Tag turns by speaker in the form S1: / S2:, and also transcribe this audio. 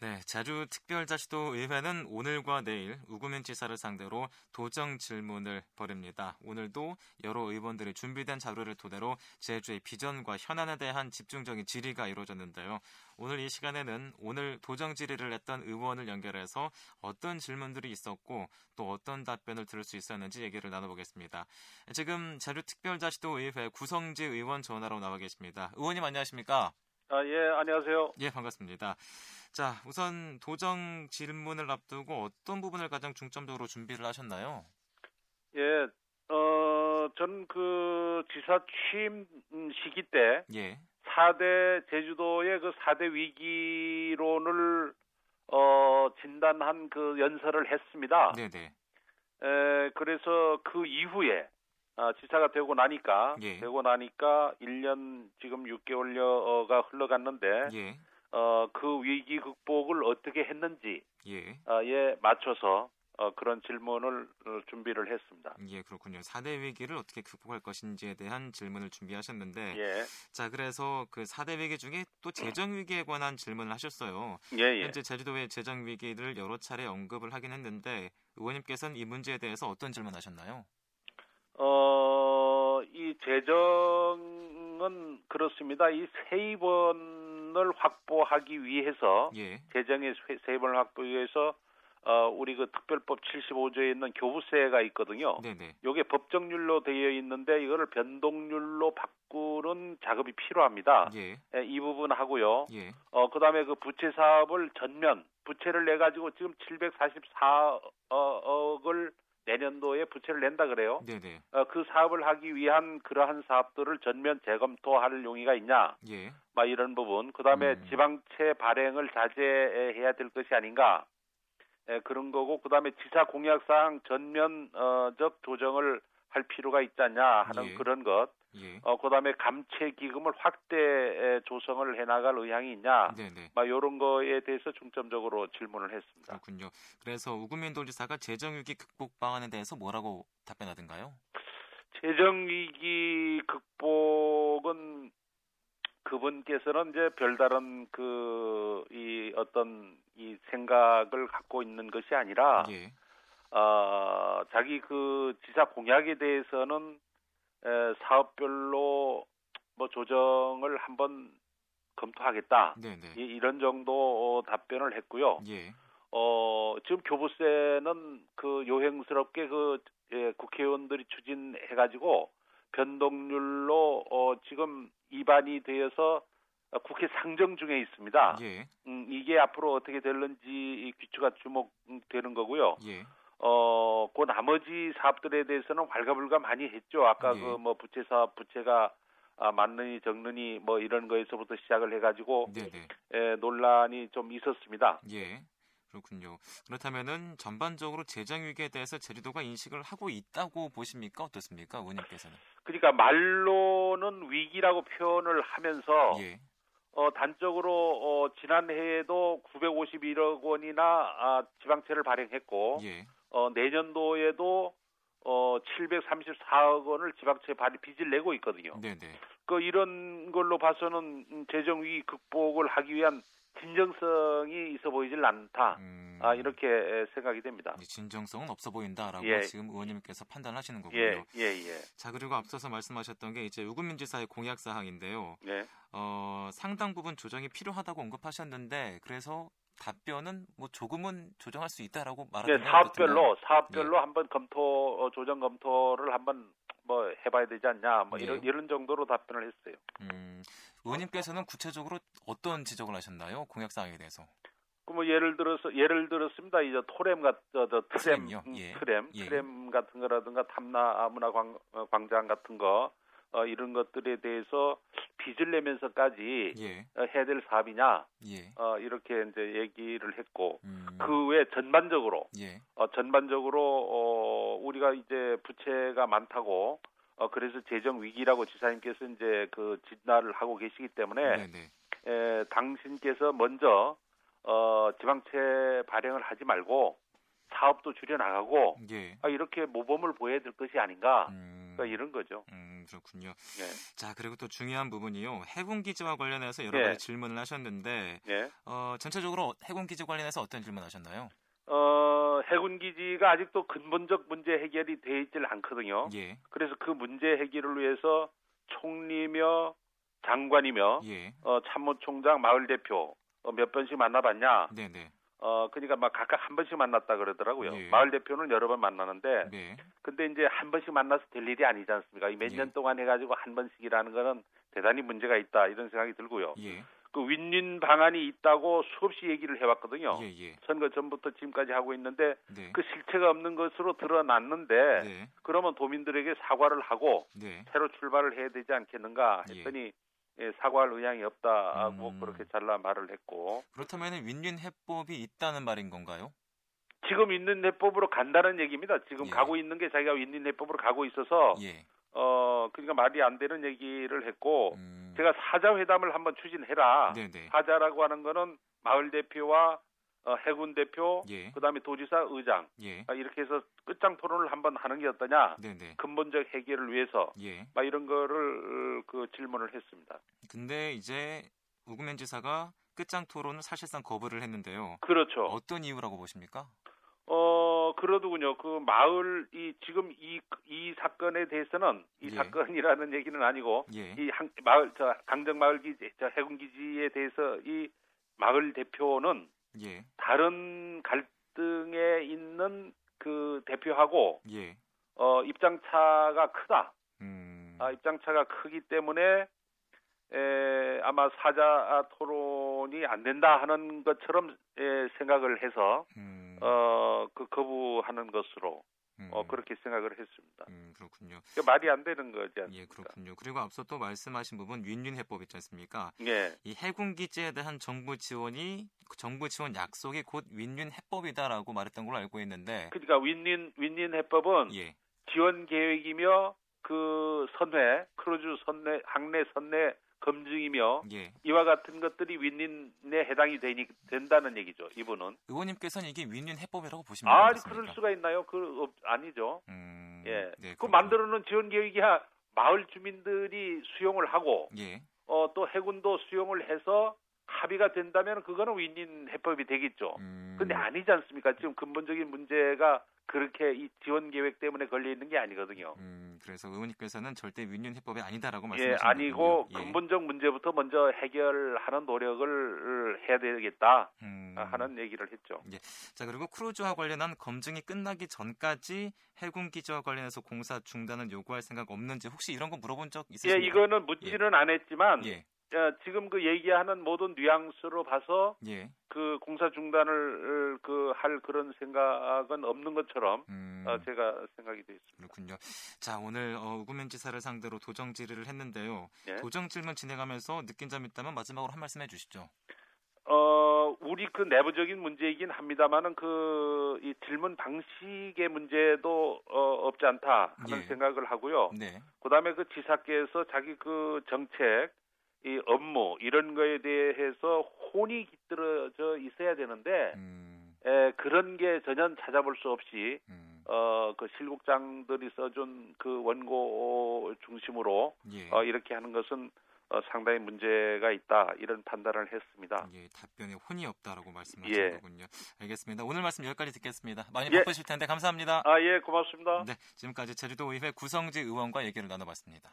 S1: 네, 제주특별자치도의회는 오늘과 내일 우구민 지사를 상대로 도정 질문을 벌입니다. 오늘도 여러 의원들이 준비된 자료를 토대로 제주의 비전과 현안에 대한 집중적인 질의가 이루어졌는데요. 오늘 이 시간에는 오늘 도정 질의를 했던 의원을 연결해서 어떤 질문들이 있었고 또 어떤 답변을 들을 수 있었는지 얘기를 나눠보겠습니다. 지금 제주특별자치도의회 구성지 의원 전화로 나와 계십니다. 의원님 안녕하십니까?
S2: 아, 예, 안녕하세요.
S1: 예, 반갑습니다. 자, 우선 도정 질문을 앞두고 어떤 부분을 가장 중점적으로 준비를 하셨나요?
S2: 예, 어, 전 그 지사 취임 음, 시기 때
S1: 예,
S2: 4대 제주도의 그 4대 위기론을 어, 진단한 그 연설을 했습니다.
S1: 네네.
S2: 에, 그래서 그 이후에 아, 지사가 되고 나니까
S1: 예.
S2: 되고 나니까 1년 지금 6개월여가 흘러갔는데
S1: 예,
S2: 어, 그 위기 극복을 어떻게 했는지
S1: 예.
S2: 아, 예, 맞춰서 어, 그런 질문을 어, 준비를 했습니다.
S1: 예, 그렇군요. 4대 위기를 어떻게 극복할 것인지에 대한 질문을 준비하셨는데,
S2: 예,
S1: 자, 그래서 그 4대 위기 중에 또 재정 위기에 관한 질문을 하셨어요.
S2: 예, 예.
S1: 현재 제주도의 재정 위기를 여러 차례 언급을 하긴 했는데, 의원님께서는 이 문제에 대해서 어떤 질문하셨나요?
S2: 어, 이 재정은 그렇습니다. 이 세입원을 확보하기 위해서
S1: 예,
S2: 재정의 세- 세입원을 확보하기 위해서 어, 우리 그 특별법 75조에 있는 교부세가 있거든요.
S1: 네네.
S2: 요게 법정률로 되어 있는데 이거를 변동률로 바꾸는 작업이 필요합니다.
S1: 예,
S2: 예, 이 부분 하고요.
S1: 예,
S2: 어, 그 다음에 그 부채 사업을 전면, 부채를 내가지고 지금 744억을 내년도에 부채를 낸다 그래요.
S1: 네네.
S2: 어, 그 사업을 하기 위한 그러한 사업들을 전면 재검토할 용의가 있냐,
S1: 예,
S2: 막 이런 부분. 그 다음에
S1: 음.
S2: 지방채 발행을 자제해야 될 것이 아닌가, 예, 그런 거고, 그 다음에 지사 공약상 어, 전면적 조정을 할 필요가 있지 않냐 하는
S1: 예.
S2: 그런 것.
S1: 예,
S2: 어, 그 다음에 감채 기금을 확대 에, 조성을 해나갈 의향이 있냐,
S1: 네네.
S2: 막 이런 거에 대해서 중점적으로 질문을 했습니다.
S1: 그렇군요. 그래서 우금민 도지사가 재정위기 극복 방안에 대해서 뭐라고 답변하던가요?
S2: 재정 위기 극복은 그분께서는 이제 별다른 그 이 어떤 이 생각을 갖고 있는 것이 아니라
S1: 예,
S2: 어, 자기 그 지사 공약에 대해서는 에, 사업별로 뭐 조정을 한번 검토하겠다
S1: 네네.
S2: 이, 이런 정도 어, 답변을 했고요.
S1: 예,
S2: 어, 지금 교부세는 그 요행스럽게 그 예, 국회의원들이 추진해가지고 변동률로 어, 지금 입안이 되어서 국회 상정 중에 있습니다.
S1: 예,
S2: 음, 이게 앞으로 어떻게 될는지 이 귀추가 주목되는 거고요.
S1: 예,
S2: 어, 그 나머지 사업들에 대해서는 왈가불가 많이 했죠. 아까
S1: 예.
S2: 그 뭐 부채 사업, 부채가 아, 맞느니 적느니 뭐 이런 거에서부터 시작을 해가지고
S1: 네네.
S2: 예, 논란이 좀 있었습니다.
S1: 예. 그렇군요. 그렇다면은 전반적으로 재정 위기에 대해서 제주도가 인식을 하고 있다고 보십니까? 어떻습니까? 의원님께서는.
S2: 그러니까 말로는 위기라고 표현을 하면서
S1: 예.
S2: 어, 단적으로 어, 지난해에도 951억 원이나 아, 지방채를 발행했고
S1: 예.
S2: 어, 내년도에도 어, 734억 원을 지방채 발행 빚을 내고 있거든요.
S1: 네, 네.
S2: 그 이런 걸로 봐서는 음, 재정 위기 극복을 하기 위한 진정성이 있어 보이질 않다.
S1: 음.
S2: 아 이렇게 에, 생각이 됩니다.
S1: 이제 진정성은 없어 보인다라고
S2: 예.
S1: 지금 의원님께서 판단하시는 거군요.
S2: 예, 예, 예,
S1: 자, 그리고 앞서서 말씀하셨던 게 이제 우금민 지사의 공약 사항인데요.
S2: 예.
S1: 어, 상당 부분 조정이 필요하다고 언급하셨는데 그래서 답변은 뭐 조금은 조정할 수 있다라고
S2: 예,
S1: 말하는
S2: 사업별로 사업별로
S1: 예.
S2: 한번 검토 어, 조정 검토를 한번 뭐 해봐야 되지 않냐 뭐
S1: 예.
S2: 이런 이런 정도로 답변을 했어요.
S1: 음, 의원님께서는 구체적으로 어떤 지적을 하셨나요? 공약 사항에 대해서.
S2: 그뭐 예를 들어서 예를 들었습니다. 이제 토렘 같은 저 트램
S1: 트램이요?
S2: 음,
S1: 예.
S2: 트램
S1: 예.
S2: 트램 같은 거라든가 탐나문화 광, 어, 광장 같은 거 어, 이런 것들에 대해서 빚을 내면서까지
S1: 예.
S2: 어, 해야 될 사업이냐
S1: 예.
S2: 어, 이렇게 이제 얘기를 했고
S1: 음,
S2: 그 외 전반적으로
S1: 예.
S2: 어, 전반적으로 어, 우리가 이제 부채가 많다고 어, 그래서 재정 위기라고 지사님께서 이제 그 진단을 하고 계시기 때문에
S1: 네.
S2: 에, 당신께서 먼저 어, 지방채 발행을 하지 말고 사업도 줄여 나가고
S1: 예.
S2: 아, 이렇게 모범을 보여야 될 것이 아닌가
S1: 음,
S2: 그러니까 이런 거죠.
S1: 음, 그렇군요.
S2: 예.
S1: 자, 그리고 또 중요한 부분이요. 해군 기지와 관련해서 여러
S2: 예.
S1: 가지 질문을 하셨는데
S2: 예.
S1: 어, 전체적으로 해군 기지 관련해서 어떤 질문 하셨나요?
S2: 어, 해군 기지가 아직도 근본적 문제 해결이 돼 있질 않거든요.
S1: 예.
S2: 그래서 그 문제 해결을 위해서 총리며 장관이며
S1: 예.
S2: 어, 참모총장 마을 대표 어, 몇 번씩 만나봤냐?
S1: 네, 네.
S2: 어, 그러니까 막 각각 한 번씩 만났다 그러더라고요.
S1: 예.
S2: 마을 대표는 여러 번 만나는데
S1: 네.
S2: 근데 이제 한 번씩 만나서 될 일이 아니지 않습니까? 몇 년
S1: 예.
S2: 동안 해가지고 한 번씩이라는 거는 대단히 문제가 있다 이런 생각이 들고요.
S1: 예.
S2: 그 윈윈 방안이 있다고 수없이 얘기를 해왔거든요.
S1: 예, 예.
S2: 선거 전부터 지금까지 하고 있는데
S1: 네.
S2: 어. 그 실체가 없는 것으로 드러났는데
S1: 네.
S2: 그러면 도민들에게 사과를 하고
S1: 네.
S2: 새로 출발을 해야 되지 않겠는가 했더니 예, 사과할 의향이 없다고
S1: 음.
S2: 그렇게 잘라 말을 했고
S1: 그렇다면 윈윈 해법이 있다는 말인 건가요?
S2: 지금 있는 해법으로 간다는 얘기입니다. 지금
S1: 예.
S2: 가고 있는 게 자기가 있는 해법으로 가고 있어서
S1: 예.
S2: 어 그러니까 말이 안 되는 얘기를 했고
S1: 음.
S2: 어. 제가 사자 회담을 한번 추진해라.
S1: 네, 네.
S2: 사자라고 하는 거는 마을 대표와 어, 해군 대표
S1: 예.
S2: 그다음에 도지사 의장
S1: 예.
S2: 아, 이렇게 해서 끝장 토론을 한번 하는 게 어떠냐
S1: 네, 네.
S2: 근본적 해결을 위해서
S1: 예.
S2: 막 이런 거를 그 질문을 했습니다.
S1: 근데 이제 우금현 지사가 끝장 토론을 사실상 거부를 했는데요.
S2: 그렇죠.
S1: 어떤 이유라고 보십니까?
S2: 어, 그러더군요. 그 마을, 이, 지금 이, 이 사건에 대해서는, 이
S1: 예.
S2: 사건이라는 얘기는 아니고,
S1: 예.
S2: 이 한, 마을, 저, 강정마을기지, 저 해군기지에 대해서 이 마을 대표는
S1: 예.
S2: 다른 갈등에 있는 그 대표하고,
S1: 예.
S2: 어, 입장차가 크다.
S1: 음.
S2: 아, 입장차가 크기 때문에, 에, 아마 사자 토론이 안 된다 하는 것처럼 에, 생각을 해서,
S1: 음.
S2: 어, 그 거부하는 것으로
S1: 음.
S2: 어, 그렇게 생각을 했습니다.
S1: 음, 그렇군요.
S2: 그 말이 안 되는 거지 않습니까?
S1: 예, 그렇군요. 그리고 앞서 또 말씀하신 부분 윈윈 해법 있지 않습니까?
S2: 예,
S1: 이 해군 기지에 대한 정부 지원이 정부 지원 약속이 곧 윈윈 해법이다라고 말했던 걸로 알고 있는데
S2: 그러니까 윈윈 윈윈 해법은
S1: 예.
S2: 지원 계획이며 그 선회 크루즈 선내 항내 선내 검증이며
S1: 예.
S2: 이와 같은 것들이 윈윈에 해당이 되니 된다는 얘기죠. 이분은
S1: 음, 의원님께서는 이게 윈윈 해법이라고 보시면
S2: 아
S1: 되겠습니까?
S2: 그럴 수가 있나요? 그 없- 아니죠.
S1: 음.
S2: 예,
S1: 네,
S2: 그
S1: 그렇군요.
S2: 만들어놓은 지원 계획이야 마을 주민들이 수용을 하고
S1: 예.
S2: 어, 또 해군도 수용을 해서 합의가 된다면 그거는 윈윈 해법이 되겠죠.
S1: 음.
S2: 어, 근데 아니지 않습니까? 지금 근본적인 문제가 그렇게 이 지원 계획 때문에 걸려 있는 게 아니거든요.
S1: 음, 그래서 의원님께서는 절대 윈윈 해법이 아니다라고
S2: 예,
S1: 말씀하시는
S2: 아니고
S1: 거군요. 음, 예.
S2: 근본적 문제부터 먼저 해결하는 노력을 해야 되겠다
S1: 음.
S2: 하는 얘기를 했죠.
S1: 자 그리고 크루즈와 관련한 검증이 끝나기 전까지 해군 기지와 관련해서 공사 중단을 요구할 생각 없는지 혹시 이런 거 물어본 적
S2: 예,
S1: 있으십니까?
S2: 이거는 묻지는 안 했지만
S1: 예,
S2: 어, 지금 그 얘기하는 모든 뉘앙스로 봐서
S1: 예.
S2: 그 공사 중단을 그 할 그런 생각은 없는 것처럼
S1: 음,
S2: 어, 제가 생각이 돼 있습니다.
S1: 그렇군요. 자 오늘 어, 우구면 지사를 상대로 도정 질의를 했는데요.
S2: 예.
S1: 도정 질문 진행하면서 느낀 점 있다면 마지막으로 한 말씀 해주시죠.
S2: 어, 우리 그 내부적인 문제이긴 합니다만은 그 이 질문 방식의 문제도 어, 없지 않다 하는
S1: 예.
S2: 생각을 하고요.
S1: 네,
S2: 그다음에 그 지사께서 자기 그 정책, 이 업무 이런 거에 대해서 혼이 깃들어져 있어야 되는데
S1: 음,
S2: 에, 그런 게 전혀 찾아볼 수 없이
S1: 음,
S2: 어, 그 실국장들이 써준 그 원고 중심으로
S1: 예.
S2: 어, 이렇게 하는 것은 어, 상당히 문제가 있다 이런 판단을 했습니다.
S1: 예, 답변에 혼이 없다라고 말씀하신
S2: 예.
S1: 거군요. 알겠습니다. 오늘 말씀 여기까지 듣겠습니다. 많이
S2: 예.
S1: 바쁘실 텐데 감사합니다.
S2: 아, 예, 고맙습니다.
S1: 네, 지금까지 제주도의회 구성지 의원과 얘기를 나눠봤습니다.